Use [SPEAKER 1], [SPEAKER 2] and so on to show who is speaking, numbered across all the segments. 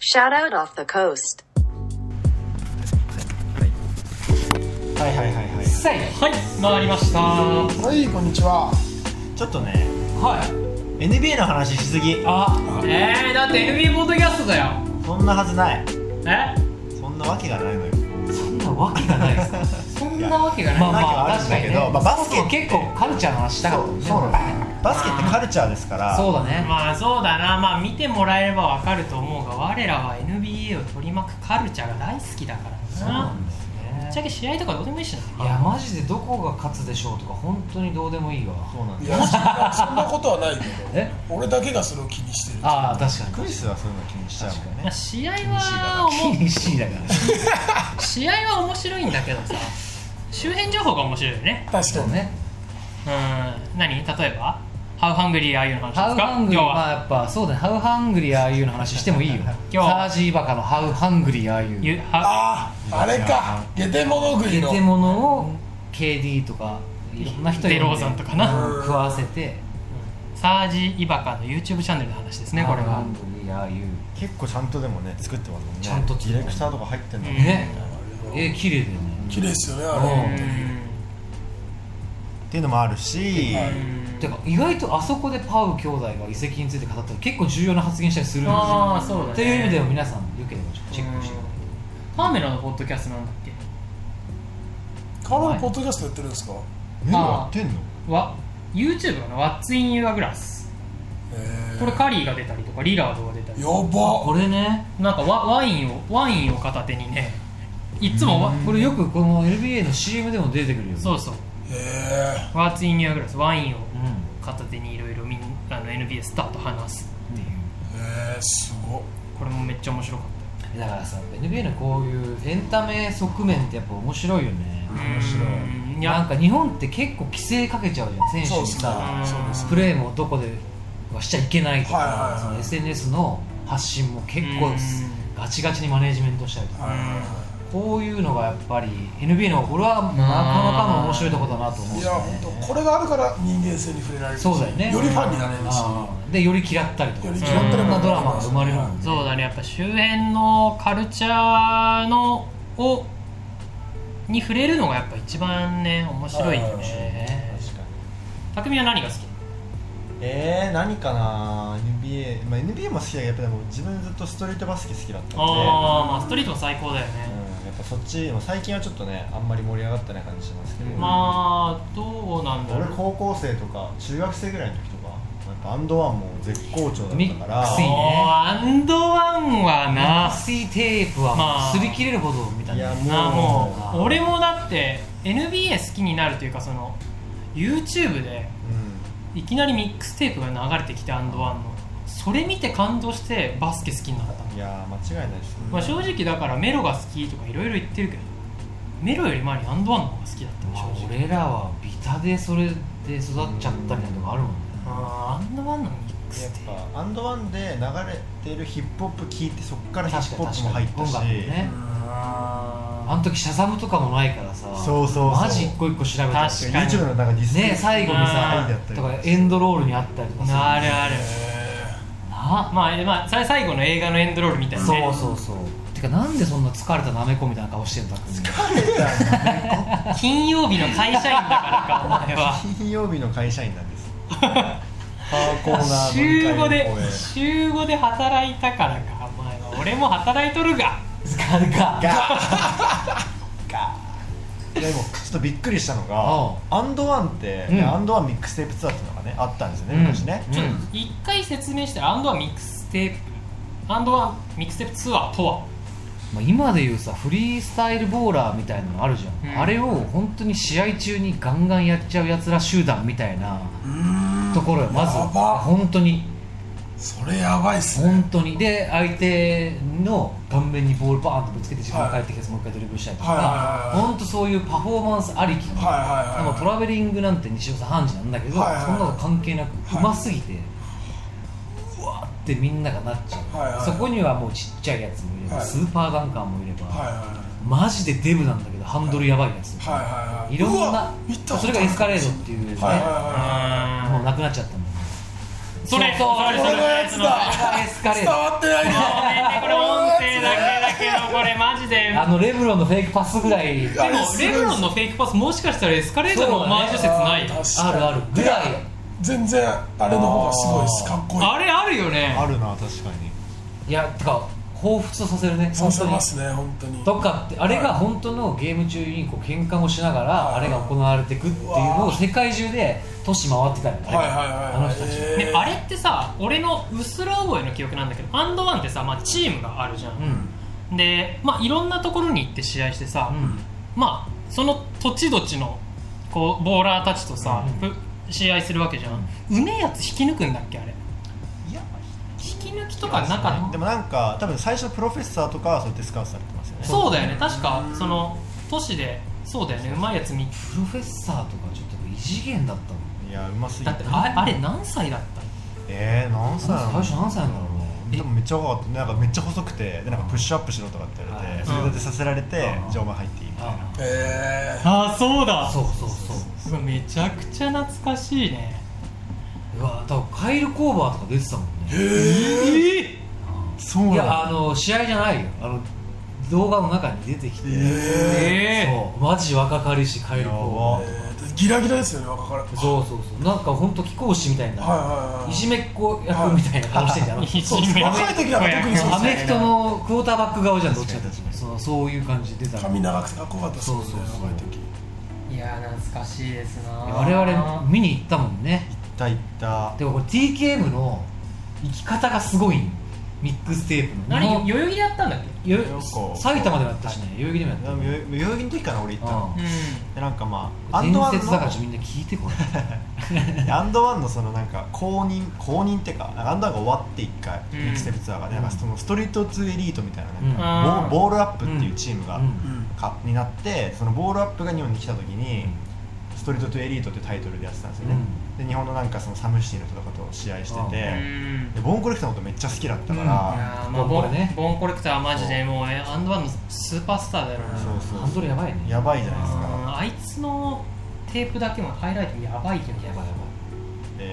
[SPEAKER 1] Shout out off the coast.
[SPEAKER 2] はいはいはいはい
[SPEAKER 3] さいはい回りましたは
[SPEAKER 2] はいこんにちはちょっとね
[SPEAKER 3] い
[SPEAKER 2] NBA の話しすぎ
[SPEAKER 3] あえー、だって NBA ポッドキャストだよ
[SPEAKER 2] そんなはずない
[SPEAKER 3] え
[SPEAKER 2] そんなわけがないのよ
[SPEAKER 3] そんなわけがないですそんなわけがない
[SPEAKER 2] まあまあ
[SPEAKER 3] 確かに
[SPEAKER 2] あ
[SPEAKER 3] ね
[SPEAKER 2] るんだけどまあバスケって
[SPEAKER 3] そうそう結構カルチャーの話したかったもんね
[SPEAKER 2] そうなの
[SPEAKER 3] これ
[SPEAKER 2] バスケってカルチャーですから
[SPEAKER 3] そうだね
[SPEAKER 4] まあそうだなまあ見てもらえればわかると思うが我らは NBA を取り巻くカルチャーが大好きだから
[SPEAKER 3] そうな
[SPEAKER 4] なん
[SPEAKER 3] です
[SPEAKER 4] ぶっちゃ
[SPEAKER 3] ね
[SPEAKER 4] け試合とかどうでもいいしない
[SPEAKER 3] やマジでどこが勝つでしょうとか本当にどうでもいいわ
[SPEAKER 2] そうなん
[SPEAKER 5] い
[SPEAKER 2] だよ
[SPEAKER 5] やそんなそんなことはないけ
[SPEAKER 3] え
[SPEAKER 5] ど俺だけがそれを気にしてる
[SPEAKER 3] ああ確か
[SPEAKER 2] ク
[SPEAKER 3] に
[SPEAKER 2] リスはそういうの気にしちゃうもん
[SPEAKER 4] まあ
[SPEAKER 2] ね
[SPEAKER 4] 試合は
[SPEAKER 3] 気
[SPEAKER 4] 思
[SPEAKER 3] にしいだから
[SPEAKER 4] う試合は面白いんだけどさ周辺情報が面白いよね
[SPEAKER 5] 確か
[SPEAKER 3] そう
[SPEAKER 5] に
[SPEAKER 3] ね
[SPEAKER 4] うん何例えば「How hungry are you」の話で
[SPEAKER 3] ハ
[SPEAKER 4] す
[SPEAKER 3] ウ
[SPEAKER 4] か
[SPEAKER 3] ハングリ
[SPEAKER 4] 今日
[SPEAKER 3] ーまあ
[SPEAKER 4] は
[SPEAKER 3] やっぱそうだねハウハングリーああいうの話してもいいよ
[SPEAKER 4] 今日
[SPEAKER 3] サージーバカのハウハングリーああいう
[SPEAKER 4] ゆは
[SPEAKER 5] あああれかゲテモノ食い
[SPEAKER 3] ゲ
[SPEAKER 5] の
[SPEAKER 3] テモノを KD とかいろんな人に
[SPEAKER 4] デローザンとかな
[SPEAKER 3] うん食わせて
[SPEAKER 4] サージ・イバカの YouTube チャンネルの話ですねこれ
[SPEAKER 3] ハウハ
[SPEAKER 4] は
[SPEAKER 3] ングリーああいう
[SPEAKER 2] 結構ちゃんとでもね作ってますもんね
[SPEAKER 3] ちゃんと
[SPEAKER 2] デ
[SPEAKER 3] 作っ
[SPEAKER 2] ィ
[SPEAKER 3] て
[SPEAKER 2] レクターとか入ってんだもんね
[SPEAKER 3] ねえ綺麗だよね
[SPEAKER 5] 綺麗ですよねあ
[SPEAKER 3] う
[SPEAKER 5] れ
[SPEAKER 3] ん
[SPEAKER 2] っていうのもあるし
[SPEAKER 4] うん
[SPEAKER 3] てか意外とあそこでパウ兄弟が移籍について語ったら結構重要な発言したりするんですよ
[SPEAKER 4] ああそうだね
[SPEAKER 3] という意味では皆さんよければちょっとチェックしても
[SPEAKER 4] カメラのポッドキャストなんだっけ
[SPEAKER 5] カロンポッドキャストやってるんですか
[SPEAKER 2] 目やってんの
[SPEAKER 4] わ YouTube かな What's in Your Glass
[SPEAKER 5] え
[SPEAKER 4] これカリーが出たりとかリラードが出たり
[SPEAKER 5] やば
[SPEAKER 3] これね
[SPEAKER 4] なんかワワインをワインを片手にねいつもわ
[SPEAKER 3] これよくこの NBA の CM でも出てくるよね
[SPEAKER 4] そうそう
[SPEAKER 5] へえ
[SPEAKER 4] What's in Your Glass ワインを
[SPEAKER 3] うんっ
[SPEAKER 4] 片手にいろいろみんあの NBA スターと話す
[SPEAKER 3] ていう
[SPEAKER 5] へえすごっ
[SPEAKER 4] これもめっちゃ面白かった
[SPEAKER 3] だからさ NBA のこういうエンタメ側面ってやっぱ面白いよね
[SPEAKER 4] 面白いい
[SPEAKER 3] なん
[SPEAKER 4] や
[SPEAKER 3] か日本って結構規制かけちゃうじゃん選手
[SPEAKER 5] そう
[SPEAKER 3] に
[SPEAKER 5] ですね
[SPEAKER 3] さ
[SPEAKER 5] そうです
[SPEAKER 3] プレーもどこではしちゃいけないとか、
[SPEAKER 5] はいはいはい
[SPEAKER 3] その SNS の発信も結構
[SPEAKER 4] うん
[SPEAKER 3] ガチガチにマネージメントしたりとか、
[SPEAKER 5] はいはいは
[SPEAKER 3] こういうのがやっぱり NBA の俺はなかなかの面白いとこだなと思う
[SPEAKER 5] い
[SPEAKER 3] ん
[SPEAKER 5] い
[SPEAKER 3] だ
[SPEAKER 5] や
[SPEAKER 3] よね
[SPEAKER 5] 本当これがあるから人間性に触れられるし
[SPEAKER 3] そうだよね
[SPEAKER 5] よりファンになれるし
[SPEAKER 3] あーでより嫌ったりとか
[SPEAKER 5] より
[SPEAKER 3] い
[SPEAKER 5] 嫌
[SPEAKER 3] ろ
[SPEAKER 5] ったりも
[SPEAKER 3] んなドラマが生まれるもんね
[SPEAKER 4] そうだねやっぱ周辺のカルチャーのをに触れるのがやっぱ一番ね面白いよ
[SPEAKER 5] はい
[SPEAKER 4] ね
[SPEAKER 2] 確かに
[SPEAKER 4] 匠は何が好き
[SPEAKER 2] えー、何かな NBA、まあ、NBA も好きだけどやっぱでも自分ずっとストリートバスケ好きだったんで
[SPEAKER 4] ああまあストリートも最高だよ
[SPEAKER 2] うん、
[SPEAKER 4] ね、
[SPEAKER 2] やっぱそっちまあ最近はちょっとねあんまり盛り上がってない感じしますけど、
[SPEAKER 4] まあどうなんだろ
[SPEAKER 2] 俺
[SPEAKER 4] う
[SPEAKER 2] 高校生とか中学生ぐらいの時とかやっぱアンドワンも絶好調だったから
[SPEAKER 3] ミックスいいね
[SPEAKER 4] おーアンドワンはな
[SPEAKER 3] スイテープは
[SPEAKER 4] まあ
[SPEAKER 3] 擦り切れるほどみたい
[SPEAKER 2] い
[SPEAKER 3] な、
[SPEAKER 2] やもう
[SPEAKER 4] あも
[SPEAKER 3] あ
[SPEAKER 4] う俺もだって NBA 好きになるというかその YouTube でいきなりミックステープが流れてきてアンドワンのそれ見て感動してバスケ好きになったの
[SPEAKER 2] うん、いやー間違いないですよ、
[SPEAKER 4] まあ、正直だからメロが好きとかいろいろ言ってるけどメロより前にアンドワンの方が好きだったね
[SPEAKER 3] まあ
[SPEAKER 4] 正直
[SPEAKER 3] 俺らはビタでそれで育っちゃったりなんとかあるもんね
[SPEAKER 4] あーアンドワンのミックステ
[SPEAKER 2] やっぱアンドワンで流れてるヒップホップ聞いてそっからヒップホップも入った
[SPEAKER 3] 音
[SPEAKER 2] し
[SPEAKER 3] 楽もねあの時シャザムとかもないからさ
[SPEAKER 2] そうそうそう
[SPEAKER 3] マジ一個一個調べたり
[SPEAKER 4] 確かに
[SPEAKER 2] YouTube のなんかディス
[SPEAKER 3] ね最後に
[SPEAKER 4] あ
[SPEAKER 3] さ
[SPEAKER 2] ー
[SPEAKER 3] とかエンドロールにあったりとかさ
[SPEAKER 4] なあるある
[SPEAKER 3] な
[SPEAKER 4] まあえまあそれ最後の映画のエンドロールみたいなね
[SPEAKER 3] そうそうそうてかなんでそんな疲れたなめこみたいな顔してんだっけ
[SPEAKER 4] 金曜日の会社員だ からかお前 は
[SPEAKER 2] 金曜日の会社員なんですパーコーナー飲み
[SPEAKER 4] 週
[SPEAKER 2] 会の
[SPEAKER 4] 5
[SPEAKER 2] 公
[SPEAKER 4] で
[SPEAKER 2] 演
[SPEAKER 4] 週5で働いたからかお前は俺も働いとる が
[SPEAKER 3] 疲れか
[SPEAKER 2] ガでもちょっとびっくりしたのがアンドワンって、
[SPEAKER 3] うん
[SPEAKER 2] アンドワンミックステープツアーっていうのがねあったんですよね、
[SPEAKER 3] うん
[SPEAKER 2] 昔ね、
[SPEAKER 3] うん
[SPEAKER 4] ちょっと一回説明したらアンドワンミックステープアンドワンミックステープツアーとは
[SPEAKER 3] まあ今でいうさフリースタイルボーラーみたいなのあるじゃん、
[SPEAKER 4] うん
[SPEAKER 3] あれを本当に試合中にガンガンやっちゃうやつら集団みたいなところよまず
[SPEAKER 5] やば
[SPEAKER 3] 本当に
[SPEAKER 5] それやばいっすね
[SPEAKER 3] 本当にで相手の顔面にボールバーンとぶつけて自分が帰ってきて、もう一回ドリブルしたりと
[SPEAKER 5] はいはい
[SPEAKER 3] か
[SPEAKER 5] はいはい
[SPEAKER 3] 本当そういうパフォーマンスありきの、
[SPEAKER 5] はいはいはい
[SPEAKER 3] でもトラベリングなんて西尾さん判事なんだけど、
[SPEAKER 5] はいはいはい
[SPEAKER 3] そんなの関係なくうますぎて、うわーってみんながなっちゃう、
[SPEAKER 5] はいはいはい
[SPEAKER 3] そこにはもうちっちゃいやつもいれば、
[SPEAKER 5] はい
[SPEAKER 3] スーパーガンカーもいれば、
[SPEAKER 5] はいはいはい
[SPEAKER 3] マジでデブなんだけどハンドルやばいやつ、
[SPEAKER 5] はいはいはい
[SPEAKER 3] いろん
[SPEAKER 5] う
[SPEAKER 3] な
[SPEAKER 5] わ見たこ
[SPEAKER 3] そ
[SPEAKER 5] とある
[SPEAKER 3] れがエスカレードっていうね、
[SPEAKER 5] はいは
[SPEAKER 3] もうなくなっちゃったんだよね
[SPEAKER 4] それ
[SPEAKER 3] そう
[SPEAKER 5] いはいこれのやつだ
[SPEAKER 3] それがエスカレー
[SPEAKER 5] 伝
[SPEAKER 3] ド
[SPEAKER 5] わってない
[SPEAKER 4] ごめんねこれ音これマジで
[SPEAKER 3] あのレブロンのフェイクパスぐらい
[SPEAKER 5] で
[SPEAKER 4] でもレブロンのフェイクパスもしかしたらエスカレーターのオマージュ説ない、
[SPEAKER 3] あるあるぐらい
[SPEAKER 5] 全然あれの方がすごいですかっこいい
[SPEAKER 4] あれあるよね
[SPEAKER 2] あるな確かに
[SPEAKER 3] いやてか彷彿とさせるね
[SPEAKER 5] そう
[SPEAKER 3] 本
[SPEAKER 5] せ
[SPEAKER 3] 当に
[SPEAKER 5] ますね本当に
[SPEAKER 3] とかってあれが本当のゲーム中にこう喧嘩をしながら
[SPEAKER 5] はい
[SPEAKER 3] あれが行われていくっていうのを世界中で都市回ってたよねあ
[SPEAKER 5] はい
[SPEAKER 3] れ
[SPEAKER 5] はい
[SPEAKER 3] があ
[SPEAKER 5] はい
[SPEAKER 3] の人たち
[SPEAKER 5] へ
[SPEAKER 4] ね
[SPEAKER 5] ー
[SPEAKER 4] あれってさ俺のうっすら覚えの記憶なんだけどアンドワンってさ、まあ、チームがあるじゃ、
[SPEAKER 3] うんん
[SPEAKER 4] で、まあ、いろんなところに行って試合してさ、
[SPEAKER 3] うん
[SPEAKER 4] まあその土地土地のこうボーラーたちとさ、
[SPEAKER 3] うん
[SPEAKER 4] ぶ試合するわけじゃん、うめえやつ引き抜くんだっけあれ
[SPEAKER 2] いや
[SPEAKER 4] 引き抜きとかなかった
[SPEAKER 2] でもなんか多分最初プロフェッサーとかはそうやってスカウトされてますよね
[SPEAKER 4] そうだよね確かその都市でそうだよねうまいやつ見
[SPEAKER 3] プロフェッサーとかちょっと異次元だったの
[SPEAKER 2] いやうますぎ
[SPEAKER 4] だってああれ何歳だったの
[SPEAKER 2] えー、何歳
[SPEAKER 3] 最
[SPEAKER 2] なの
[SPEAKER 3] 初何歳なんだろうね
[SPEAKER 2] でもめっちゃ若かったなんかめっちゃ細くてでなんかプッシュアップしろとかって言われて、
[SPEAKER 3] はい
[SPEAKER 2] それ立てさせられて、
[SPEAKER 3] うん
[SPEAKER 2] じゃあお前入っていいみたいな、
[SPEAKER 5] え
[SPEAKER 4] ああそうだ
[SPEAKER 3] そうそうそう
[SPEAKER 4] うわめちゃくちゃ懐かしいね
[SPEAKER 3] うわ多分カイル・コーバーとか出てたもんね
[SPEAKER 5] ーへえ
[SPEAKER 2] そう
[SPEAKER 3] い
[SPEAKER 2] な
[SPEAKER 3] や
[SPEAKER 2] の
[SPEAKER 3] あの試合じゃないよあの動画の中に出てきて、
[SPEAKER 5] え
[SPEAKER 4] ええ
[SPEAKER 3] そうマジ若かりしカイル・コーバ
[SPEAKER 2] や
[SPEAKER 5] ーギラギラですよね若からはい
[SPEAKER 3] ーそうそうそうなんか本当貴公子みたいな、
[SPEAKER 5] はいはい
[SPEAKER 3] いじめっ子役みたいな顔してんじゃ ん、
[SPEAKER 4] い
[SPEAKER 5] そう
[SPEAKER 4] じめ
[SPEAKER 5] 若い時なんか特にそう
[SPEAKER 3] ア
[SPEAKER 5] です
[SPEAKER 3] メ
[SPEAKER 5] よ
[SPEAKER 3] フ
[SPEAKER 5] ね
[SPEAKER 3] トのクォーターバック顔じゃんどっちかって
[SPEAKER 2] 確かに
[SPEAKER 3] そのそういう感じで出た
[SPEAKER 5] 髪長くてかっこよかったですもんね
[SPEAKER 3] そうそうそう
[SPEAKER 5] 若い時
[SPEAKER 4] いやー懐かしいですな
[SPEAKER 3] 我々見に行ったもんね
[SPEAKER 2] ったいった
[SPEAKER 3] でもこれ TKM の生き方がすごいんミックステープの
[SPEAKER 4] 何
[SPEAKER 3] もう
[SPEAKER 4] 代々木でやったんだっけ
[SPEAKER 3] よ
[SPEAKER 2] よこ
[SPEAKER 3] 埼玉でもやったしね代々木でもやっ
[SPEAKER 2] で
[SPEAKER 3] た
[SPEAKER 2] も代々木の時かな俺行ったの
[SPEAKER 3] う
[SPEAKER 4] う
[SPEAKER 2] でなんかまあアン
[SPEAKER 3] ん
[SPEAKER 2] ドワン
[SPEAKER 3] 伝
[SPEAKER 2] の
[SPEAKER 3] 説だからちょっとみんな聞いてこ れ
[SPEAKER 2] アンドワンのそのなんか公認公認ってかなんかアンドワンが終わって一回
[SPEAKER 4] うん
[SPEAKER 2] ミックステップツアーがでなんかそのストリート2エリートみたいななんか
[SPEAKER 4] うん
[SPEAKER 2] ボーボールアップっていうチームが
[SPEAKER 3] うん
[SPEAKER 5] うん
[SPEAKER 2] かになってそのボールアップが日本に来た時にストリート2エリートってタイトルでやってたんですよねで日本のなんかそのサムシティの人とかと試合して
[SPEAKER 3] うん
[SPEAKER 2] て
[SPEAKER 4] ん
[SPEAKER 2] でボーンコレクターのことめっちゃ好きだったか
[SPEAKER 4] い
[SPEAKER 2] ら
[SPEAKER 4] やーまあ
[SPEAKER 3] ボ
[SPEAKER 4] ボ
[SPEAKER 3] ンコレね
[SPEAKER 4] ンボンコレクターはマジでもうえアンドワンのスーパースターだよな
[SPEAKER 2] そうそう
[SPEAKER 3] ハンドルやばいね
[SPEAKER 2] やばいじゃないです
[SPEAKER 4] あ
[SPEAKER 2] か
[SPEAKER 4] ーあいつのテープだけもハイライトやばいけど
[SPEAKER 3] やばいや
[SPEAKER 2] で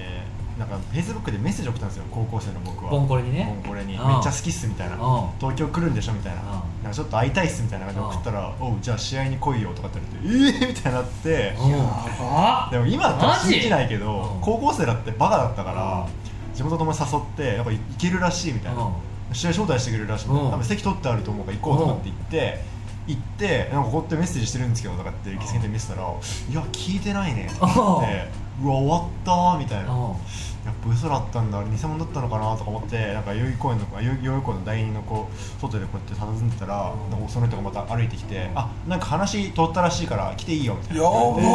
[SPEAKER 2] なんかフェイスブックでメッセージ送ったんですよ高校生の僕
[SPEAKER 3] ばい
[SPEAKER 2] は
[SPEAKER 3] ボンコレに
[SPEAKER 2] ボン
[SPEAKER 3] ね
[SPEAKER 2] コレにめっ
[SPEAKER 3] うん
[SPEAKER 2] ちゃ好きっすみたいな
[SPEAKER 3] うん
[SPEAKER 2] 東京来るんでしょみたいな
[SPEAKER 3] うん
[SPEAKER 2] なんかちょっと会いたいっすみたいな感じで送ったら「おうじゃあ試合に来いよ」とかって言われて「ええー!」みたいになって
[SPEAKER 3] うん
[SPEAKER 4] あ
[SPEAKER 2] でも今だったら
[SPEAKER 4] マジ
[SPEAKER 2] 信じないけ
[SPEAKER 3] う
[SPEAKER 2] ど
[SPEAKER 3] ん
[SPEAKER 2] 高校生だってバカだったか
[SPEAKER 3] う
[SPEAKER 2] ら地元とも誘ってやっぱ行けるらしいみたいな試合招待してくれるらしいみたい
[SPEAKER 3] うん
[SPEAKER 2] な多分席取ってあると思うから行こうとかって言って行ってなんかこうやってメッセージしてるんですけどとかって行きつけて見せたら「いや聞いてないね」とか言って「うわ終わったー」みたいな
[SPEAKER 3] うん
[SPEAKER 2] やっぱ嘘だったんだあれ偽物だったのかなとか思ってなんか代々木公園の代々木代々木公園の第二のこう外でこうやって佇んでたら、
[SPEAKER 3] うん
[SPEAKER 2] なんかその人がまた歩いてきて、あなんか話通ったらしいから来ていいよみたい
[SPEAKER 5] や
[SPEAKER 2] な
[SPEAKER 5] ば
[SPEAKER 4] や
[SPEAKER 5] ー
[SPEAKER 4] ば
[SPEAKER 5] や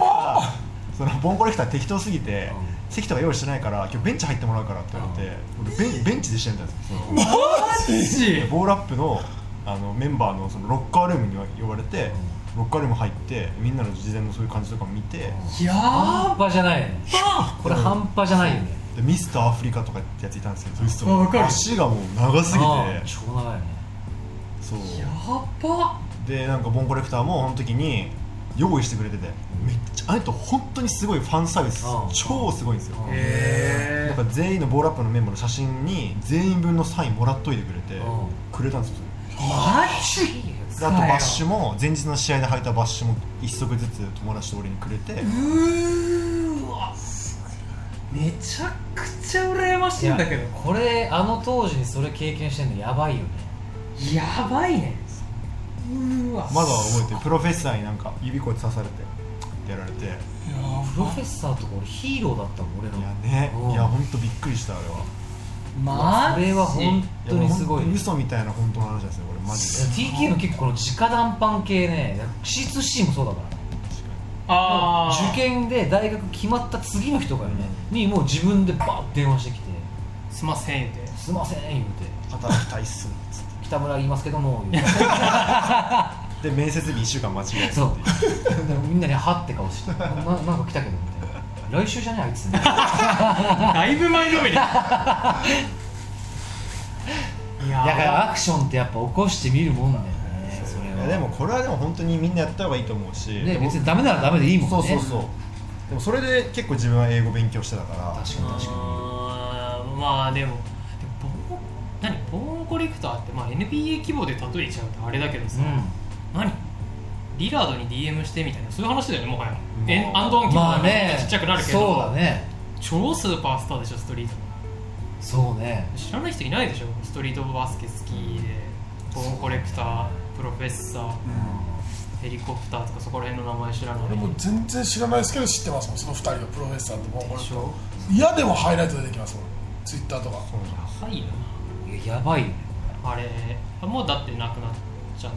[SPEAKER 5] ば
[SPEAKER 2] あそのボンコレクター適当すぎて、
[SPEAKER 3] う
[SPEAKER 2] 席とか用意してないから今日ベンチ入ってもらうからって言われて、俺ベンベンチでしてみたんですよその
[SPEAKER 4] マジ
[SPEAKER 2] でボールアップのあのメンバーのそのロッカールームに呼ばれて、ロッカールーム入ってみんなの事前のそういう感じとか見て、
[SPEAKER 4] や
[SPEAKER 3] 半端じゃないよね
[SPEAKER 4] ば
[SPEAKER 3] これ半端じゃないよね
[SPEAKER 2] でミスターアフリカとかってやついたんですけどそいつと
[SPEAKER 4] あわかる
[SPEAKER 2] 足がもう長すぎて
[SPEAKER 3] うん超長いよね
[SPEAKER 2] そう
[SPEAKER 4] やば
[SPEAKER 2] でなんかボンコレクターもその時に用意してくれててめっちゃあの人本当にすごいファンサービス
[SPEAKER 3] うん
[SPEAKER 2] 超すごいんですよ
[SPEAKER 3] うん
[SPEAKER 4] へ
[SPEAKER 2] なんか全員のボールアップのメンバーの写真に全員分のサインもらっといてくれて
[SPEAKER 3] うん
[SPEAKER 2] くれたんですよ
[SPEAKER 4] マジ
[SPEAKER 2] それであとバッシュも前日の試合で履いたバッシュも一足ずつ友達と俺にくれて
[SPEAKER 4] うーわめちゃくちゃ羨ましいんだけど
[SPEAKER 3] いやこれあの当時にそれ経験してんのやばいよね
[SPEAKER 4] やばいねうーわ
[SPEAKER 2] まだ覚えてるプロフェッサーになんか指こうやって刺されてってやられていや
[SPEAKER 3] プロフェッサーとか俺ヒーローだったもん俺の
[SPEAKER 2] ね
[SPEAKER 3] うん
[SPEAKER 2] いや本当びっくりしたあれは
[SPEAKER 4] マ
[SPEAKER 3] そ
[SPEAKER 4] ジ
[SPEAKER 3] れは本当にすごい
[SPEAKER 2] やもう本当に嘘みたいな本当の話なんですよ俺マジ で
[SPEAKER 3] TK の結構この直談判系ね C2C もそうだからね
[SPEAKER 4] あー
[SPEAKER 3] 受験で大学決まった次の人がね、にもう自分でバーッ電話してきて
[SPEAKER 4] すいませんって
[SPEAKER 3] 「すいません」言うて
[SPEAKER 2] 働きたいっすっつっ
[SPEAKER 3] 「北村言いますけども」言う て
[SPEAKER 2] てで面接日1週間間違えた
[SPEAKER 3] そ
[SPEAKER 2] っ
[SPEAKER 3] う
[SPEAKER 2] ていう
[SPEAKER 3] でみんなに「は」って顔して「ななんか来たけど」みたいな「来週じゃねあいつ」い
[SPEAKER 4] だいぶ前のめりい や
[SPEAKER 3] やだから
[SPEAKER 4] ー
[SPEAKER 3] アクションってやっぱ起こしてみるもんだよねそれ
[SPEAKER 2] い
[SPEAKER 3] は
[SPEAKER 2] やでもこれはでも本当にみんなやった方がいいと思うし、
[SPEAKER 3] ね
[SPEAKER 2] でも
[SPEAKER 3] 別にダメならダメでいいもんね
[SPEAKER 2] そうそうそうでもそれで結構自分は英語勉強してたから
[SPEAKER 3] 確かに確かに
[SPEAKER 4] あーまあでもでもボー何ボーンコレクターって、まあ、NBA 規模で例えちゃうとあれだけどさ、
[SPEAKER 3] う
[SPEAKER 4] 何リラードに DM してみたいなそういう話だよねもはや、
[SPEAKER 2] うん
[SPEAKER 4] えアンドワン規
[SPEAKER 3] ん
[SPEAKER 4] 模
[SPEAKER 3] ま
[SPEAKER 4] だ
[SPEAKER 3] あ
[SPEAKER 4] から
[SPEAKER 3] ね
[SPEAKER 4] ちっちゃくなるけど、
[SPEAKER 3] そうだね
[SPEAKER 4] 超スーパースターでしょストリートの
[SPEAKER 3] そうね
[SPEAKER 4] 知らない人いないでしょストリートバスケ好きでボーンコレクタープロフェッサーヘリコプターとかそこら辺の名前知らない
[SPEAKER 5] 俺もう全然知らないですけど知ってますもんその二人のプロフェッサーともうこ
[SPEAKER 4] でしょ
[SPEAKER 5] れ嫌でもハイライト出てきますもんツイッターとか
[SPEAKER 4] やばいよ
[SPEAKER 3] いややばいよね
[SPEAKER 4] なあれあもうだってなくなっちゃっ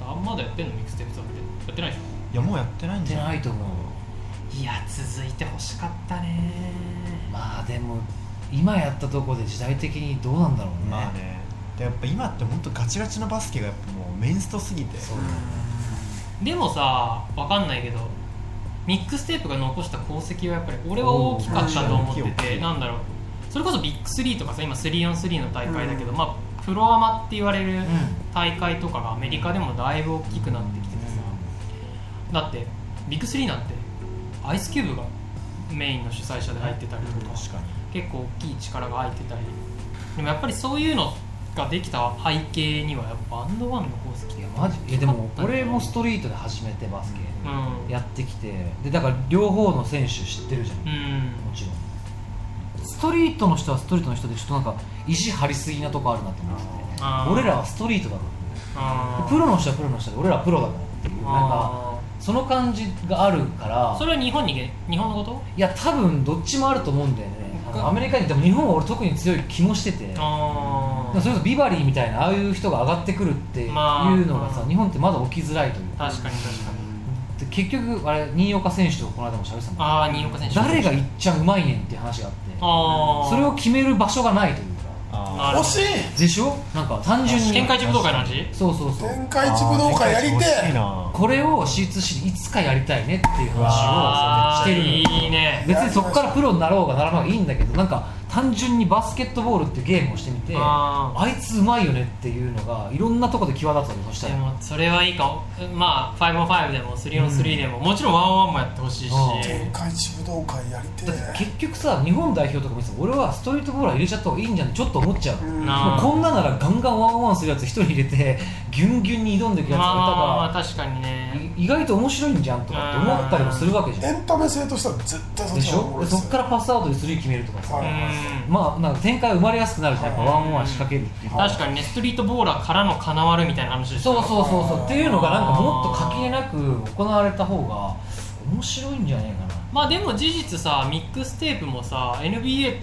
[SPEAKER 4] たあんまだやってんのミックステープとかってやってないでしょ
[SPEAKER 2] いやもうやってないん
[SPEAKER 3] やっ
[SPEAKER 2] じ
[SPEAKER 3] て
[SPEAKER 2] ゃな
[SPEAKER 3] ないいと思う
[SPEAKER 4] いや続いてほしかったね
[SPEAKER 3] まあでも今やったとこで時代的にどうなんだろうね,、
[SPEAKER 2] まあねでやっぱ今って本当ガチガチのバスケがやっぱもうメンストすぎて
[SPEAKER 3] そうだね
[SPEAKER 4] でもさわかんないけどミックステープが残した功績はやっぱり俺は大きかったと思って
[SPEAKER 2] うん大きい大
[SPEAKER 4] て
[SPEAKER 2] きい
[SPEAKER 4] なんだろうそれこそビッグ3とかさ今 3on3 の大会だけど、まあプロアマって言われる大会とかがアメリカでもだいぶ大きくなってきててさ、だってビッグ3なんてアイスキューブがメインの主催者で入ってたりとか
[SPEAKER 2] 確かに
[SPEAKER 4] 結構大きい力が入ってたりでもやっぱりそういうのができた背景にはやっぱアンドワンの功績
[SPEAKER 3] いやマジいやでも俺もストリートで初めてバスケ
[SPEAKER 4] うん
[SPEAKER 3] やってきてでだから両方の選手知ってるじゃん
[SPEAKER 4] うん
[SPEAKER 3] もちろんストリートの人はストリートの人でちょっとなんか石張りすぎなとこあるなと思ってて
[SPEAKER 4] あー
[SPEAKER 3] 俺らはストリートだか
[SPEAKER 4] あ
[SPEAKER 3] ら
[SPEAKER 4] ー
[SPEAKER 3] プロの人はプロの人で俺らはプロだからっていうなんか
[SPEAKER 4] あ
[SPEAKER 3] その感じがあるから
[SPEAKER 4] ーそれは日本にげ日本のこと
[SPEAKER 3] いや多分どっちもあると思うんだよねあのアメリカにでも日本は俺特に強い気もしててでも
[SPEAKER 4] あ
[SPEAKER 3] それこそビバリーみたいなああいう人が上がってくるっていうのが
[SPEAKER 4] ま
[SPEAKER 3] さ
[SPEAKER 4] あ
[SPEAKER 3] 日本ってまだ起きづらいというか
[SPEAKER 4] 確かに確かに
[SPEAKER 3] で結局あれ新岡選手とこの間も喋ってたもん
[SPEAKER 4] ああ新岡選手
[SPEAKER 3] 誰がいっちゃうまいねんっていう話があって
[SPEAKER 4] ああ
[SPEAKER 3] それを決める場所がないというか
[SPEAKER 2] あ
[SPEAKER 4] なる
[SPEAKER 5] 惜
[SPEAKER 4] ほ
[SPEAKER 5] しい
[SPEAKER 3] でしょなんか単純に
[SPEAKER 4] ど天下一武道会の話
[SPEAKER 3] そうそうそう
[SPEAKER 5] 天下一武道会やりて
[SPEAKER 2] あー
[SPEAKER 5] え
[SPEAKER 3] これを C2C でいつかやりたいねっていう
[SPEAKER 4] あ
[SPEAKER 3] 話
[SPEAKER 4] あ
[SPEAKER 3] をしてるのよ
[SPEAKER 4] いいね
[SPEAKER 3] 別にそこからプロになろうがならないがいいんだけどなんか単純にバスケットボールっていうゲームをしてみてあ
[SPEAKER 4] あー
[SPEAKER 3] いつうまいよねっていうのがいろんなとこで際立つわけそした
[SPEAKER 4] で
[SPEAKER 3] ら
[SPEAKER 4] もそれはいいかもまあ 5on5 でも 3on3 でも、もちろん1on1 もやってほしいし
[SPEAKER 3] うん
[SPEAKER 5] 天下一武道会やりて
[SPEAKER 3] だって
[SPEAKER 5] え
[SPEAKER 3] 結局さ日本代表とかもさ俺はストリートボールは入れちゃった方がいいんじゃないちょっと思っちゃうも
[SPEAKER 5] うん
[SPEAKER 4] なあ
[SPEAKER 3] うこんなならガンガンワンオンワンするやつ一人入れてギュンギュンに挑んでいくやつがいたら、
[SPEAKER 4] まあ確かにね
[SPEAKER 3] い意外と面白いんじゃんとかって思ったりもするわけじゃん
[SPEAKER 5] エンタメ性としては絶対そっ
[SPEAKER 3] で
[SPEAKER 5] ち
[SPEAKER 3] し
[SPEAKER 5] の方がおも
[SPEAKER 3] ょ
[SPEAKER 5] ろ
[SPEAKER 3] で
[SPEAKER 5] いっ
[SPEAKER 3] そ
[SPEAKER 5] す
[SPEAKER 3] っからパスアウトでスリー決めるとかさ、
[SPEAKER 5] は
[SPEAKER 4] う
[SPEAKER 5] い
[SPEAKER 4] ん
[SPEAKER 3] まあなんか展開生まれやすくなるじゃんやっぱワンオンワン仕掛けるっていうか、
[SPEAKER 4] 確かにねストリートボーラーからの金割るみたいな話でした
[SPEAKER 3] そう
[SPEAKER 4] う
[SPEAKER 3] そうそうそうっていうのがなんかもっと垣根なく行われた方が面白いんじゃないかな
[SPEAKER 4] まあでも事実さミックステープもさ NBA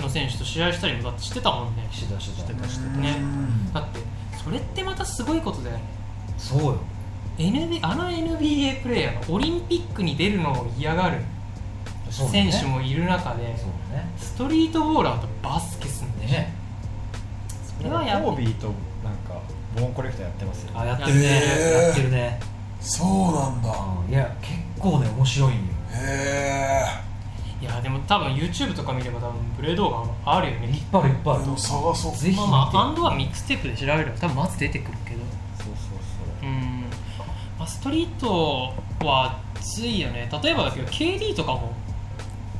[SPEAKER 4] の選手と試合したりもだってしてたもんね
[SPEAKER 3] してたしてた
[SPEAKER 2] してたして
[SPEAKER 4] ね
[SPEAKER 5] うん
[SPEAKER 4] だってそれってまたすごいことだよね
[SPEAKER 3] そうよ
[SPEAKER 4] NBA あの NBA プレーヤーがオリンピックに出るのを嫌がる
[SPEAKER 3] そうだ
[SPEAKER 4] 選
[SPEAKER 3] ね
[SPEAKER 4] 手もいる中で、
[SPEAKER 3] そうだね
[SPEAKER 4] ストリートボーラーとバスケすんでしょ
[SPEAKER 3] ね
[SPEAKER 4] そ
[SPEAKER 2] コ
[SPEAKER 4] れはやっ
[SPEAKER 2] ービーとなんかボーンコレクターやってますよ
[SPEAKER 3] あやってるね
[SPEAKER 5] へー
[SPEAKER 3] やってるね、
[SPEAKER 5] そうなんだ
[SPEAKER 3] うんいや結構ね面白いんよ
[SPEAKER 5] へ
[SPEAKER 4] いやでも多分 YouTube とか見れば多分プレー動画あるよ
[SPEAKER 3] いっ
[SPEAKER 4] ね
[SPEAKER 3] ぱいあるいっぱいあ
[SPEAKER 5] え
[SPEAKER 3] る
[SPEAKER 5] でも探そう
[SPEAKER 3] ぜひ見て
[SPEAKER 4] まあまあアンドはミックステープで調べれば多分まず出てくるけど
[SPEAKER 2] そうそう
[SPEAKER 4] うん、まあ、ストリートは熱いよね例えばだけど KD とかも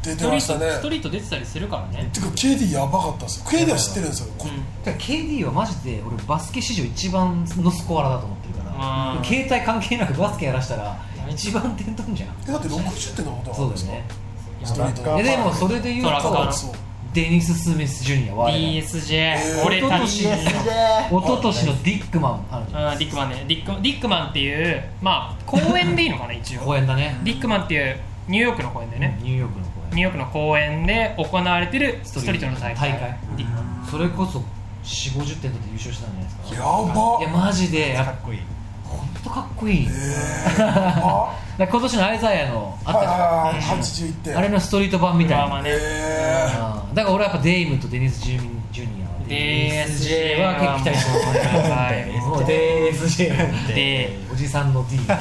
[SPEAKER 5] 出
[SPEAKER 4] ス
[SPEAKER 5] て
[SPEAKER 4] トリ
[SPEAKER 5] ました
[SPEAKER 4] ート,、
[SPEAKER 5] ね
[SPEAKER 4] ストリート出てたりするからね、
[SPEAKER 5] てか KD やばかったっすよ KD は知ってるんですよこ
[SPEAKER 4] う
[SPEAKER 3] だから KD はマジで俺バスケ史上一番のスコアラーだと思ってるから、
[SPEAKER 4] うん
[SPEAKER 3] 携帯関係なくバスケやらしたら一番点取るじゃん
[SPEAKER 5] えだって60点のこと
[SPEAKER 3] そう
[SPEAKER 5] なん
[SPEAKER 3] だ
[SPEAKER 5] で
[SPEAKER 3] よ
[SPEAKER 5] すか
[SPEAKER 3] ね
[SPEAKER 4] ん、
[SPEAKER 5] ストリート
[SPEAKER 3] いやでもそれで言う
[SPEAKER 4] トラ
[SPEAKER 5] そう
[SPEAKER 4] ッ
[SPEAKER 5] な
[SPEAKER 4] カー
[SPEAKER 5] んで
[SPEAKER 4] の
[SPEAKER 5] すよ
[SPEAKER 3] デニス・スミス・ジュニアは
[SPEAKER 4] DSJ 俺たち
[SPEAKER 3] 一昨年のディックマンあるじゃん
[SPEAKER 4] うん、ディックマンねディックディックマンっていうまあ公園でいいのかな一応
[SPEAKER 3] 公演だね
[SPEAKER 4] ディックマンっていうニューヨークの公園だよね、
[SPEAKER 3] ニューヨークの
[SPEAKER 4] ニ
[SPEAKER 3] 公演
[SPEAKER 4] ューヨークの公園で行われてるストリートの大会
[SPEAKER 3] 大会
[SPEAKER 4] ディックマン
[SPEAKER 3] それこそ4 5 0点取って優勝したんじゃないですか
[SPEAKER 5] やば
[SPEAKER 3] いやマジで
[SPEAKER 2] そう
[SPEAKER 3] や
[SPEAKER 2] か
[SPEAKER 3] っ
[SPEAKER 2] っこいい
[SPEAKER 3] 本当かっこいい、
[SPEAKER 5] あ
[SPEAKER 3] だから今年のアイザイアの あ
[SPEAKER 5] はい
[SPEAKER 3] っ
[SPEAKER 5] はいはい81
[SPEAKER 3] た
[SPEAKER 5] 点
[SPEAKER 3] じゃんあれ
[SPEAKER 5] へ
[SPEAKER 3] のストリート版みたい
[SPEAKER 4] ま
[SPEAKER 3] な
[SPEAKER 4] あまあね
[SPEAKER 5] え
[SPEAKER 3] うんだから俺はやっぱデイムとデニス・ジュニジュニア
[SPEAKER 4] DSJ は
[SPEAKER 3] は結構期待してますね
[SPEAKER 4] はい
[SPEAKER 3] もう DSJ
[SPEAKER 4] で
[SPEAKER 3] おじさんの D わ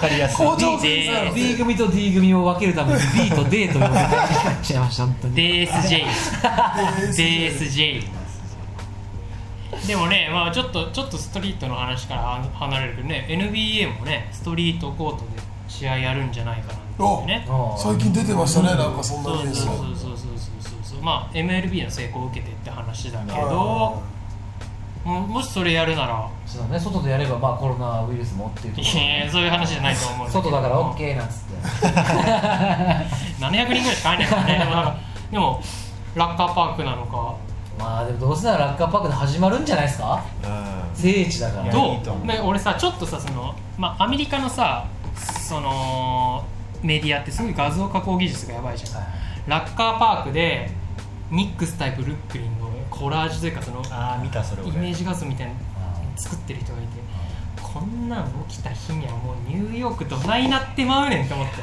[SPEAKER 4] かりや
[SPEAKER 5] すい校長先生
[SPEAKER 3] D 組と D 組を分けるために D と D というのを期待しちゃいました本当に
[SPEAKER 4] DSJ
[SPEAKER 5] ー
[SPEAKER 4] DSJ でもね、まあ、ちょっとちょっとストリートの話からは離れるけどね NBA もねストリートコートで試合やるんじゃないかなってね
[SPEAKER 3] お
[SPEAKER 5] 最近出てましたねなんかそんなニュ
[SPEAKER 4] そう
[SPEAKER 5] ース
[SPEAKER 4] そうそうそうそうそうそうそうまあ MLB の成功を受けてって話だけ
[SPEAKER 5] あー
[SPEAKER 4] どももしそれやるなら
[SPEAKER 3] そうだね外でやればまあコロナウイルスもっていうと
[SPEAKER 4] い
[SPEAKER 3] こ
[SPEAKER 4] やいやそういう話じゃないと思う
[SPEAKER 3] ろ
[SPEAKER 4] んけど
[SPEAKER 3] 外だから OK なんつ って
[SPEAKER 4] 700人ぐらいしか入んないからねでもなんかでもラッカーパークなのか
[SPEAKER 3] まあでもどうせならラッカーパークで始まるんじゃないですか
[SPEAKER 2] うん
[SPEAKER 3] 聖地だか
[SPEAKER 2] いや
[SPEAKER 3] ら
[SPEAKER 4] ど
[SPEAKER 2] いいと思う
[SPEAKER 4] うね俺さちょっとさその、まあ、アメリカのさそのメディアってすごい画像加工技術がやばいじゃん、ラッカーパークでニックス対ブルックリンのコラージュというかその
[SPEAKER 2] ああ見たそれ
[SPEAKER 4] イ
[SPEAKER 2] 俺
[SPEAKER 4] メージ画像みたいなの作ってる人がいてこんなん起きた日にはもうニューヨークどないなってまうねんと思って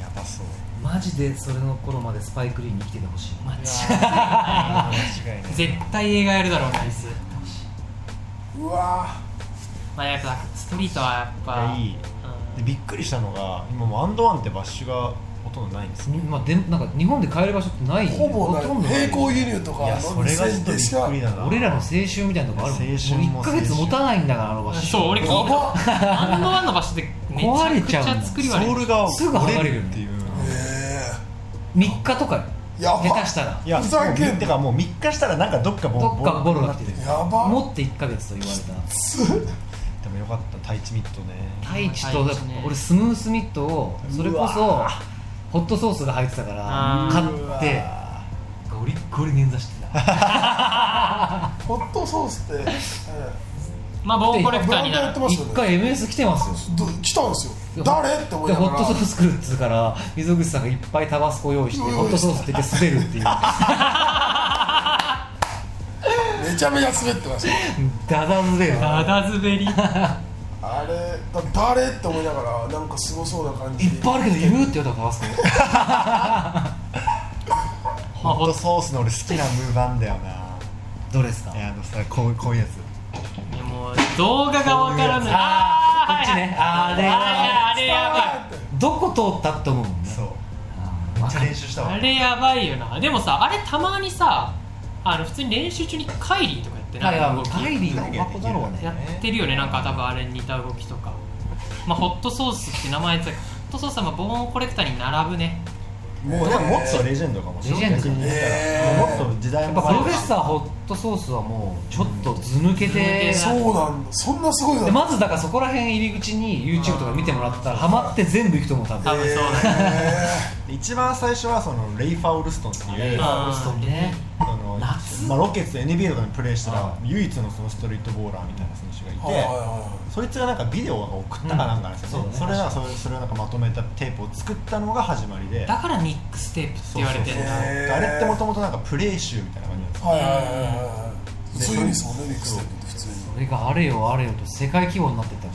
[SPEAKER 2] やばそう
[SPEAKER 3] マジでそれの頃までスパイク・リーに生きててほしい
[SPEAKER 4] 間違
[SPEAKER 2] 間違い ない
[SPEAKER 4] い絶対映画やるだろうなあいつ、
[SPEAKER 5] うわ
[SPEAKER 4] まあ、やっぱストリートはやっぱ
[SPEAKER 2] いやいいでびっくりしたのが今もうアンドワンってバッシュがほとんどないんですよ
[SPEAKER 3] にまあ、でなんか日本で買える場所ってない
[SPEAKER 5] ーほぼない
[SPEAKER 3] とんどない
[SPEAKER 5] 並行輸入とか
[SPEAKER 2] いやそれがちょっとびっくりだな
[SPEAKER 3] 俺らの青春みたいなとこあるもん
[SPEAKER 2] 青春も
[SPEAKER 3] もう1ヶ月
[SPEAKER 2] 青春
[SPEAKER 3] 持たないんだからあの場所
[SPEAKER 4] そう俺聞い
[SPEAKER 5] やば
[SPEAKER 4] たアンドワンの場所でめちゃくちゃ作り
[SPEAKER 2] ソ
[SPEAKER 4] 悪い
[SPEAKER 2] ールが
[SPEAKER 3] すぐ剥がれる
[SPEAKER 2] 折っていう
[SPEAKER 5] え
[SPEAKER 3] 3日とかよ
[SPEAKER 5] えやば
[SPEAKER 3] 下手したら
[SPEAKER 2] いや
[SPEAKER 5] ふざけんな
[SPEAKER 2] もうてかもう3日したらなんかどっかボ
[SPEAKER 3] どっかボロになってる
[SPEAKER 5] やば
[SPEAKER 3] 持って1ヶ月と言われた
[SPEAKER 2] でもよかったタイチミットね
[SPEAKER 3] タイチ
[SPEAKER 4] う
[SPEAKER 3] と
[SPEAKER 4] ん太一ね
[SPEAKER 3] 俺スムースミットをそれこ
[SPEAKER 2] う
[SPEAKER 3] そホットソースが入ってたから
[SPEAKER 4] あ
[SPEAKER 3] 買
[SPEAKER 4] ー
[SPEAKER 3] ってゴリッゴリ捻挫してた
[SPEAKER 5] ホットソースって、え
[SPEAKER 4] まあボーンコレクターに
[SPEAKER 5] ブラ
[SPEAKER 4] な
[SPEAKER 5] ン
[SPEAKER 4] る
[SPEAKER 5] ドやってま
[SPEAKER 3] 1
[SPEAKER 5] すよね
[SPEAKER 3] 回 MS 来てますよ
[SPEAKER 5] ど来たんですよ誰って思い
[SPEAKER 3] で
[SPEAKER 5] な
[SPEAKER 3] ホ
[SPEAKER 5] が
[SPEAKER 3] ットソー
[SPEAKER 5] ら
[SPEAKER 3] ス来るっつうから溝口さんがいっぱいタバスコ用意して
[SPEAKER 5] 用意
[SPEAKER 3] ホットソースって言って滑るっていうダ
[SPEAKER 5] めちゃめちゃ滑ってました
[SPEAKER 3] ダズレよ
[SPEAKER 4] ダダズベリ
[SPEAKER 5] あれだ誰って思いながらなんかすごそうな感
[SPEAKER 3] い
[SPEAKER 5] じ
[SPEAKER 3] っ
[SPEAKER 5] で
[SPEAKER 3] ぱいあるけど言うって言われたらタバスコ
[SPEAKER 2] ホットソースの俺好きなムーバンだよな
[SPEAKER 3] どれですか
[SPEAKER 2] いやあのさこうこういうやつ
[SPEAKER 4] もう動画がわからない
[SPEAKER 3] あー
[SPEAKER 4] ー
[SPEAKER 3] こっちねあれ
[SPEAKER 4] あれやばい
[SPEAKER 3] どこ通ったって思うもんね
[SPEAKER 2] そう
[SPEAKER 3] あー
[SPEAKER 2] めっちゃ練習したわ
[SPEAKER 4] あれやばいよなでもさあれたまにさあの普通に練習中にカイリーとかやってない
[SPEAKER 3] 彼はもう
[SPEAKER 4] 動き
[SPEAKER 3] タイリーのお箱だろうね
[SPEAKER 4] やってるよねなんか多分あれに似た動きとかまあホットソースって名前ついてホットソースはまあボーンコレクターに並ぶね
[SPEAKER 2] もうでももっとレジェンドかもしれない
[SPEAKER 3] レジェン
[SPEAKER 2] 逆
[SPEAKER 3] ド
[SPEAKER 2] に言ったら
[SPEAKER 5] えー
[SPEAKER 2] もうもっと時
[SPEAKER 3] や
[SPEAKER 2] 代
[SPEAKER 3] っぱ
[SPEAKER 2] も
[SPEAKER 3] プロフェッサーホットソースはもうちょっと図抜け
[SPEAKER 4] 図抜
[SPEAKER 3] て
[SPEAKER 4] け
[SPEAKER 5] そうなんだそんなすごい
[SPEAKER 3] で
[SPEAKER 5] の
[SPEAKER 3] まずだからそこら辺入り口に YouTube とか見てもらったらハマって全部行くと思う多分
[SPEAKER 4] 多分そうだね
[SPEAKER 5] え
[SPEAKER 2] 一番最初はそのレイ・ファウルストンって
[SPEAKER 3] レ
[SPEAKER 2] い
[SPEAKER 3] イ
[SPEAKER 2] う
[SPEAKER 3] ファウルストンね
[SPEAKER 2] あの
[SPEAKER 3] 夏
[SPEAKER 2] まあ、ロケッツ NBA とかにプレーしたら
[SPEAKER 3] は
[SPEAKER 2] 唯一のそのストリートボーラーみたいな選手がい
[SPEAKER 5] ーはいはい
[SPEAKER 2] て
[SPEAKER 5] は
[SPEAKER 2] そいつがなんかビデオを送ったかなんかなんですよね,、
[SPEAKER 3] うん
[SPEAKER 2] そ
[SPEAKER 3] そう
[SPEAKER 2] れ
[SPEAKER 3] だね
[SPEAKER 2] がそれそれをなんかまとめたテープを作ったのが始まりで
[SPEAKER 4] だからミックステープって言われて
[SPEAKER 2] そ
[SPEAKER 4] る
[SPEAKER 2] うそうそう
[SPEAKER 5] へー
[SPEAKER 2] あれってもともとなんかプレー集みたいな感じなんですよ
[SPEAKER 5] いはいはいはいはいそういう意味ですもんねミックステップって普通に
[SPEAKER 3] それがあれよあれよと世界規模になってったか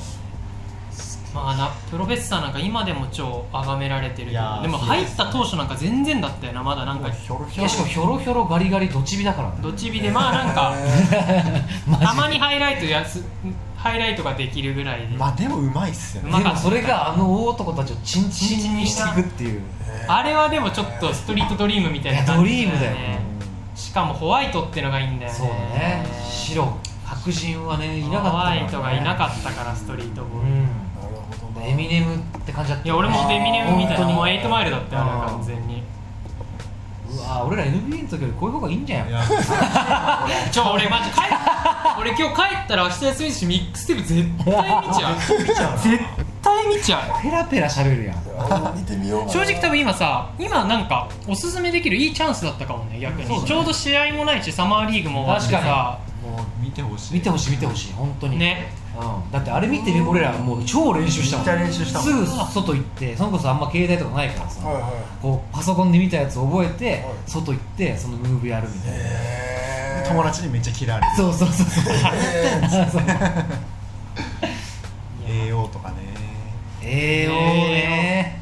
[SPEAKER 4] まあなプロフェッサーなんか今でも超崇められてる
[SPEAKER 2] い
[SPEAKER 4] け
[SPEAKER 2] やー
[SPEAKER 4] どでも
[SPEAKER 2] そう
[SPEAKER 4] 入
[SPEAKER 2] で
[SPEAKER 4] っ
[SPEAKER 2] すね
[SPEAKER 4] た当初なんか全然だったよなまだなんか
[SPEAKER 2] ひょろひ
[SPEAKER 3] ら
[SPEAKER 2] ょろ
[SPEAKER 3] いやしかもひょろひょろガリガリドチビだからね
[SPEAKER 4] どっちびでまあなんか
[SPEAKER 3] マジで
[SPEAKER 4] たまにハイライトやすハイライトができるぐらいで
[SPEAKER 2] まあでもうまいっすよね
[SPEAKER 4] うま
[SPEAKER 3] で
[SPEAKER 4] かっ
[SPEAKER 3] も
[SPEAKER 4] た
[SPEAKER 3] それがあの大男たちをチンチンにしていくっていう
[SPEAKER 4] あれはでもちょっとストリートドリームみたいな感
[SPEAKER 3] ド
[SPEAKER 4] じ
[SPEAKER 3] リームだよ
[SPEAKER 4] ねしかもホワイトってのがいいんだよね
[SPEAKER 3] そうだね白白人はねいなかっ
[SPEAKER 4] ホ
[SPEAKER 3] たか
[SPEAKER 4] ワ
[SPEAKER 3] ら
[SPEAKER 4] イ
[SPEAKER 3] ね
[SPEAKER 4] トがいなかったからストリートボ
[SPEAKER 3] う
[SPEAKER 4] ール
[SPEAKER 3] ん
[SPEAKER 5] なるほどな
[SPEAKER 3] エミネムって感じだった
[SPEAKER 4] いや俺もデミネムみたい
[SPEAKER 3] 本当
[SPEAKER 4] な
[SPEAKER 3] に
[SPEAKER 4] もうエイトマイルだったよ
[SPEAKER 3] あ
[SPEAKER 4] あ
[SPEAKER 3] ー
[SPEAKER 4] れ完全に
[SPEAKER 3] うわー俺ら NBA の時よりこういう方がいいんじゃん
[SPEAKER 2] い
[SPEAKER 3] や
[SPEAKER 2] や
[SPEAKER 4] ちょ俺マジ帰 っ俺今日帰ったら明日休みだしミックステープ絶対見ちゃう
[SPEAKER 2] 見ちゃうな
[SPEAKER 4] 絶対見ちゃう
[SPEAKER 3] ペラペラ喋るやん
[SPEAKER 5] あ見てみようかな
[SPEAKER 4] 正直多分今さ今なんかおすすめできるいいチャンスだったかもね逆に、
[SPEAKER 3] そうだね
[SPEAKER 4] ちょうど試合もないしサマーリーグも終わってさ
[SPEAKER 3] もう
[SPEAKER 2] 見てほしい
[SPEAKER 3] 見てほしい見てほしい本当に
[SPEAKER 4] ね
[SPEAKER 3] うん、だってあれ見てね俺らもう超練習したもん
[SPEAKER 2] めっちゃ練習したもん
[SPEAKER 3] すぐ外行ってそのこそあんま携帯とかないからさ、
[SPEAKER 5] はいはい
[SPEAKER 3] こうパソコンで見たやつ覚えて、
[SPEAKER 5] はい
[SPEAKER 3] 外行ってそのムーブやるみたいな、
[SPEAKER 5] え
[SPEAKER 2] 友達にめっちゃ嫌われる
[SPEAKER 3] そうそうそうそうそう
[SPEAKER 2] 栄養とかね
[SPEAKER 3] 栄養ね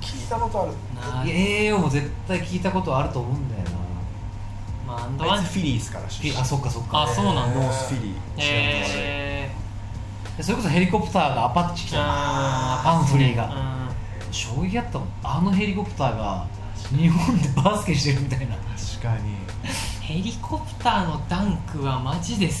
[SPEAKER 5] 聞いたことある
[SPEAKER 4] ない
[SPEAKER 3] や
[SPEAKER 4] い
[SPEAKER 3] 栄養も絶対聞いたことあると思うんだよな
[SPEAKER 4] まあアンド
[SPEAKER 2] あ
[SPEAKER 4] ワ
[SPEAKER 2] い
[SPEAKER 4] ン
[SPEAKER 2] つフィリーズから出身
[SPEAKER 3] えあそっかそっ
[SPEAKER 4] あ
[SPEAKER 3] か
[SPEAKER 4] そうなんだ
[SPEAKER 2] ノースフィリー
[SPEAKER 4] え
[SPEAKER 3] でそれこそヘリコプターがアパッチ来
[SPEAKER 4] ー、
[SPEAKER 3] たの
[SPEAKER 4] あ
[SPEAKER 3] ハンフリー
[SPEAKER 4] ー
[SPEAKER 3] が
[SPEAKER 4] うん
[SPEAKER 3] 衝撃やったもんあのヘリコプターが日本でバスケしてるみたいな
[SPEAKER 2] 確かに
[SPEAKER 4] ヘリコプターのダンクはマジで好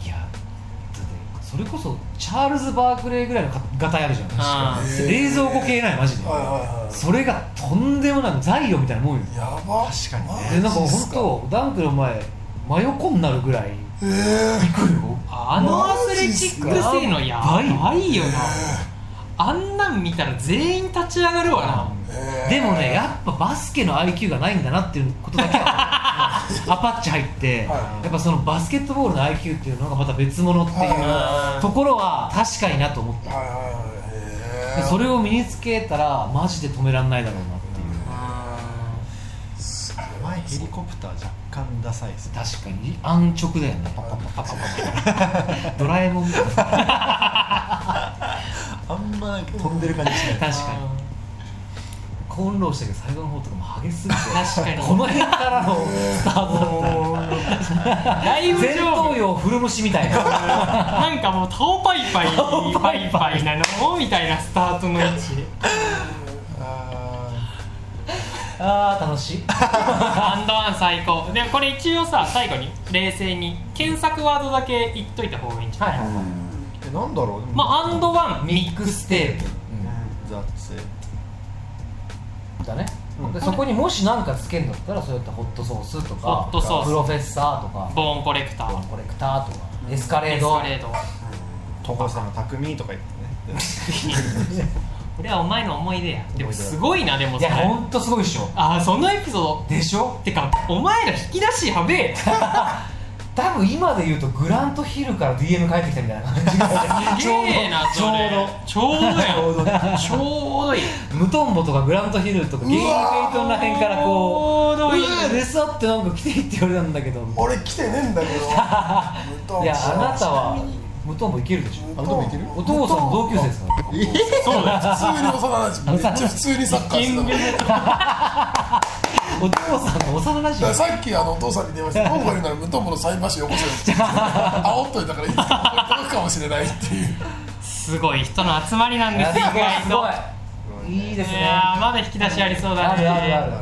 [SPEAKER 4] き
[SPEAKER 3] いやだってそそれこそチャールズ・バークレーぐらいのガタイあるじゃん確
[SPEAKER 4] あ
[SPEAKER 3] か
[SPEAKER 5] ー
[SPEAKER 3] 冷蔵庫系ないマジで、
[SPEAKER 5] はいはいはい
[SPEAKER 3] それがとんでもない財料みたいなもんよ
[SPEAKER 5] やば
[SPEAKER 2] 確かにね
[SPEAKER 5] マ
[SPEAKER 3] でな
[SPEAKER 5] ジ
[SPEAKER 3] んか
[SPEAKER 5] っす
[SPEAKER 3] 本当ダンクの前真横になるぐらい
[SPEAKER 5] ええ
[SPEAKER 3] 行くよ
[SPEAKER 4] あのアスレチックスのやばいよなあんなん見たら全員立ち上がるわな
[SPEAKER 5] ええ
[SPEAKER 3] でもねやっぱバスケの IQ がないんだなっていうことだけ はアパッチ入って、
[SPEAKER 5] は
[SPEAKER 3] やっぱそのバスケットボールの IQ っていうのがまた別物っていう
[SPEAKER 5] は
[SPEAKER 3] ところは確かになと思っ
[SPEAKER 5] はい
[SPEAKER 3] た、
[SPEAKER 5] はいはいええ
[SPEAKER 3] でそれを身につけたらマジで止めらんないだろうなっていう、
[SPEAKER 2] 前ヘリコプター若干ダサいですね
[SPEAKER 3] 確かに安直だよねパパパ パパパパドラえもんみたいな確か
[SPEAKER 2] あんまなんか飛んでる感じし ない
[SPEAKER 3] にコンロしたけど最後の方とかも激しすぎて
[SPEAKER 4] 確かに
[SPEAKER 3] この辺か らのスタートだっ
[SPEAKER 4] ライ
[SPEAKER 3] た
[SPEAKER 4] ブ
[SPEAKER 3] 前頭
[SPEAKER 4] 上
[SPEAKER 3] 葉古虫みたいな
[SPEAKER 4] なんかもう顔パイパイパイパイなのみたいなスタートの位 置
[SPEAKER 2] あ
[SPEAKER 3] あー楽しい
[SPEAKER 4] アンドワン最高でもこれ一応さ最後に冷静に検索ワードだけ言っといた方がいいんじゃない、
[SPEAKER 3] はいはい
[SPEAKER 2] ーえなんだろうでも
[SPEAKER 4] まあアンドワンミックステープ
[SPEAKER 2] うんザッツ
[SPEAKER 3] だね、
[SPEAKER 2] うん
[SPEAKER 3] でそこにもし何かつけるんだったらそういったホットソースとか
[SPEAKER 4] ホットソース
[SPEAKER 3] プロフェッサーとか
[SPEAKER 4] ボーンコレクター
[SPEAKER 3] コレクターとかエスカレ
[SPEAKER 4] エ
[SPEAKER 3] ー
[SPEAKER 4] ス
[SPEAKER 3] ド
[SPEAKER 4] カレード
[SPEAKER 2] 所さんの匠とか言ってね
[SPEAKER 4] これはお前の思い出やでもすごいなでも
[SPEAKER 3] い
[SPEAKER 4] それ
[SPEAKER 3] やほんとすごいっしょ
[SPEAKER 4] あーそのエピソー
[SPEAKER 3] でしょ
[SPEAKER 4] ドてかお前ら引き出しやべえ
[SPEAKER 3] 多分今で言うとグラントヒルから DM 返ってきたみたいな感じが
[SPEAKER 4] すげえな
[SPEAKER 3] ち
[SPEAKER 4] そ
[SPEAKER 3] ょ
[SPEAKER 4] れちょうどやん
[SPEAKER 3] うどちょうど
[SPEAKER 4] ちょうどいい
[SPEAKER 3] ムトンボとかグラントヒルとかゲイン・ペイトンらへんからこう
[SPEAKER 4] ちょうどいいう
[SPEAKER 3] わレスアってなんか来ていいって言われたんだけどい
[SPEAKER 5] 俺来てねえんだけど
[SPEAKER 3] やあなた
[SPEAKER 5] ち
[SPEAKER 3] は
[SPEAKER 5] みに
[SPEAKER 3] ムトンボいけるでしょ
[SPEAKER 2] あ
[SPEAKER 5] 武藤
[SPEAKER 2] でもいける
[SPEAKER 3] お父さんの同級生ですから
[SPEAKER 4] そうだよ
[SPEAKER 5] 普通に幼馴染めっちゃ普通にサッカーしてたから
[SPEAKER 3] お父さんの幼馴
[SPEAKER 5] だか
[SPEAKER 3] 染
[SPEAKER 5] らさっきあのお父さんに電話 して「今回なら無トンボの菜箸よこせよ」って煽っといたからいつかここに届くかもしれないっていう
[SPEAKER 4] すごい人の集まりなん
[SPEAKER 3] い
[SPEAKER 4] で
[SPEAKER 3] や
[SPEAKER 4] す
[SPEAKER 3] す
[SPEAKER 4] よ
[SPEAKER 3] ごい
[SPEAKER 4] 意
[SPEAKER 3] す
[SPEAKER 4] 外と
[SPEAKER 3] ごいいいです
[SPEAKER 4] い
[SPEAKER 3] ね
[SPEAKER 4] やーまだ引き出しありそうだね
[SPEAKER 3] あるある
[SPEAKER 2] あ
[SPEAKER 3] ある
[SPEAKER 2] るある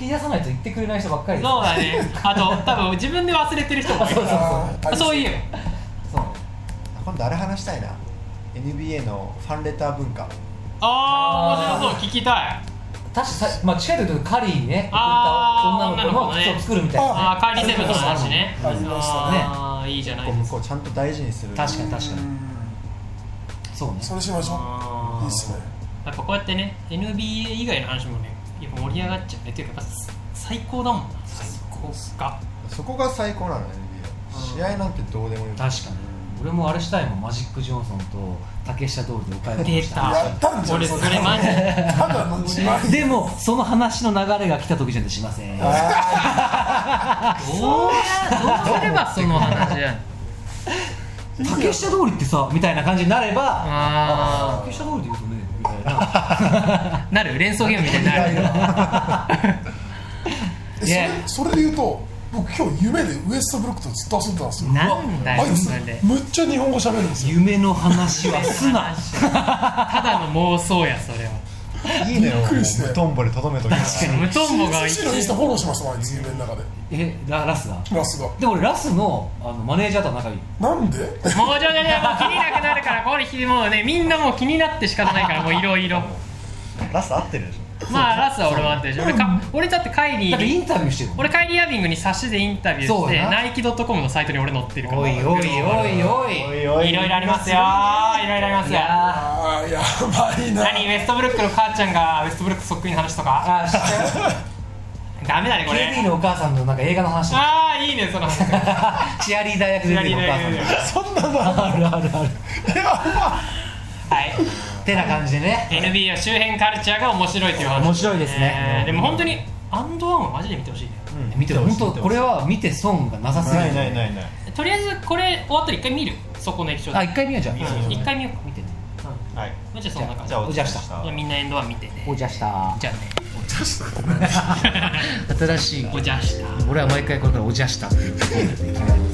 [SPEAKER 3] 引き出さないと言ってくれない人ばっかりです
[SPEAKER 4] そうだねあと多分自分で忘れてる人もいる
[SPEAKER 5] あー
[SPEAKER 4] そういう
[SPEAKER 3] そう
[SPEAKER 2] 今度あれ話したいな NBA のファンレター文化
[SPEAKER 4] ああ面白そう聞きたい
[SPEAKER 3] 確かさ、まあ、近いと言うとカリーにね送った
[SPEAKER 4] あー
[SPEAKER 3] 女の子の
[SPEAKER 4] 女の子ね
[SPEAKER 3] 靴を作るみたいな、ね、
[SPEAKER 4] あーカーリーセブンの話ね
[SPEAKER 5] ありました
[SPEAKER 3] ね
[SPEAKER 4] あーいいじゃない
[SPEAKER 2] こう
[SPEAKER 4] で
[SPEAKER 2] 向
[SPEAKER 4] すか
[SPEAKER 2] こうちゃんと大事にする
[SPEAKER 3] 確かに確かにそうね
[SPEAKER 5] それしましょ
[SPEAKER 4] あー
[SPEAKER 5] ういいっすね
[SPEAKER 4] やっぱこうやってね NBA 以外の話もねやっぱ盛り上がっちゃうねていうかやっぱ最高だもんな最高っすか
[SPEAKER 2] そこが最高なの NBA 試合なんてどうでもいい
[SPEAKER 3] 確かに俺もあれしたいもんマジック・ジョンソンと竹下通りでお買い物
[SPEAKER 4] 出
[SPEAKER 3] した
[SPEAKER 4] た
[SPEAKER 5] やったんじゃん
[SPEAKER 4] 俺そ
[SPEAKER 5] それ
[SPEAKER 4] れマジで
[SPEAKER 5] ただの自慢
[SPEAKER 3] でもその話の流れが来た時じゃんしません
[SPEAKER 4] どうやどうすればその話や
[SPEAKER 3] 竹下通りってさみたいな感じになれば
[SPEAKER 4] あー
[SPEAKER 3] 竹下通りで言うとねみたいな
[SPEAKER 4] なる連想ゲームみたいになる
[SPEAKER 5] え
[SPEAKER 3] いや
[SPEAKER 5] それそれで言うと僕今日夢でウエストブロックとずっと遊んでたんですよ
[SPEAKER 4] なんだよ
[SPEAKER 5] あいつ
[SPEAKER 4] それ
[SPEAKER 5] むっちゃ日本語喋るんですよ
[SPEAKER 3] 夢の話はす な
[SPEAKER 4] ただの妄想やそれは
[SPEAKER 2] にいいのよ
[SPEAKER 5] びっくりして
[SPEAKER 2] もう無トンボでとどめときます
[SPEAKER 4] 無トンボが
[SPEAKER 5] CC のインスタフォローしましたもんあいつ夢の中で
[SPEAKER 3] えララスが
[SPEAKER 5] ラスが
[SPEAKER 3] でも俺ラスのあのマネージャーとは仲いい
[SPEAKER 5] なんで
[SPEAKER 4] もうちょっとねもう気になくなるからこれもうねみんなもう気になって仕方ないからもういろいろ
[SPEAKER 2] ラス合ってるでし
[SPEAKER 4] まあラスは俺もあったでしょ俺か俺だってカイリ
[SPEAKER 3] だってイ
[SPEAKER 4] ー
[SPEAKER 3] ンタビューしてるもん
[SPEAKER 4] 俺カイリー・アービングに冊子でインタビューし
[SPEAKER 3] そう
[SPEAKER 4] て
[SPEAKER 3] やな
[SPEAKER 4] ナイキ .com のサイトに俺載ってるから
[SPEAKER 3] おいおいおいお
[SPEAKER 2] ょ
[SPEAKER 3] い
[SPEAKER 2] お
[SPEAKER 4] いろいろありますよいろいろあります
[SPEAKER 3] い
[SPEAKER 4] よ
[SPEAKER 3] や
[SPEAKER 5] ああやばいな
[SPEAKER 4] 何ウェストブルックの母ちゃんがウェストブルックそっくりの話とか
[SPEAKER 3] あ知って る
[SPEAKER 4] ダメだねこ
[SPEAKER 3] KD
[SPEAKER 4] れ
[SPEAKER 3] のお母さんのなんか映画の話 とか
[SPEAKER 4] ああいいねその話
[SPEAKER 3] チアリーダー役で出てくるお母さんが
[SPEAKER 5] そんなのあ
[SPEAKER 3] あるあるある
[SPEAKER 4] はい
[SPEAKER 3] てな感じでね
[SPEAKER 4] NBA 周辺カルチャーが面白いという話
[SPEAKER 3] 面白いですね
[SPEAKER 4] えーでも本当にアンドワンはマジで見てほしいね
[SPEAKER 2] うん
[SPEAKER 3] 見て
[SPEAKER 2] ほしい
[SPEAKER 3] 本当これは見て損がなさすぎ
[SPEAKER 2] な
[SPEAKER 3] る
[SPEAKER 2] いないないない
[SPEAKER 4] とりあえずこれ終わったら一回見るそこの液晶
[SPEAKER 3] あ
[SPEAKER 4] で
[SPEAKER 3] 一回見ようじゃん
[SPEAKER 2] いいです
[SPEAKER 4] う
[SPEAKER 2] ね
[SPEAKER 4] ん一回見ようか
[SPEAKER 3] 見てね
[SPEAKER 2] はい
[SPEAKER 4] まあじゃあそんな感じ
[SPEAKER 2] じゃあお
[SPEAKER 3] お
[SPEAKER 2] 疲
[SPEAKER 3] 邪
[SPEAKER 2] れ
[SPEAKER 3] 魔し
[SPEAKER 4] じゃあみんなエンドワン見てね
[SPEAKER 3] おじゃした
[SPEAKER 4] じゃあね
[SPEAKER 3] 新しい
[SPEAKER 4] おじゃした
[SPEAKER 3] 俺は毎回これからおじゃしたっていう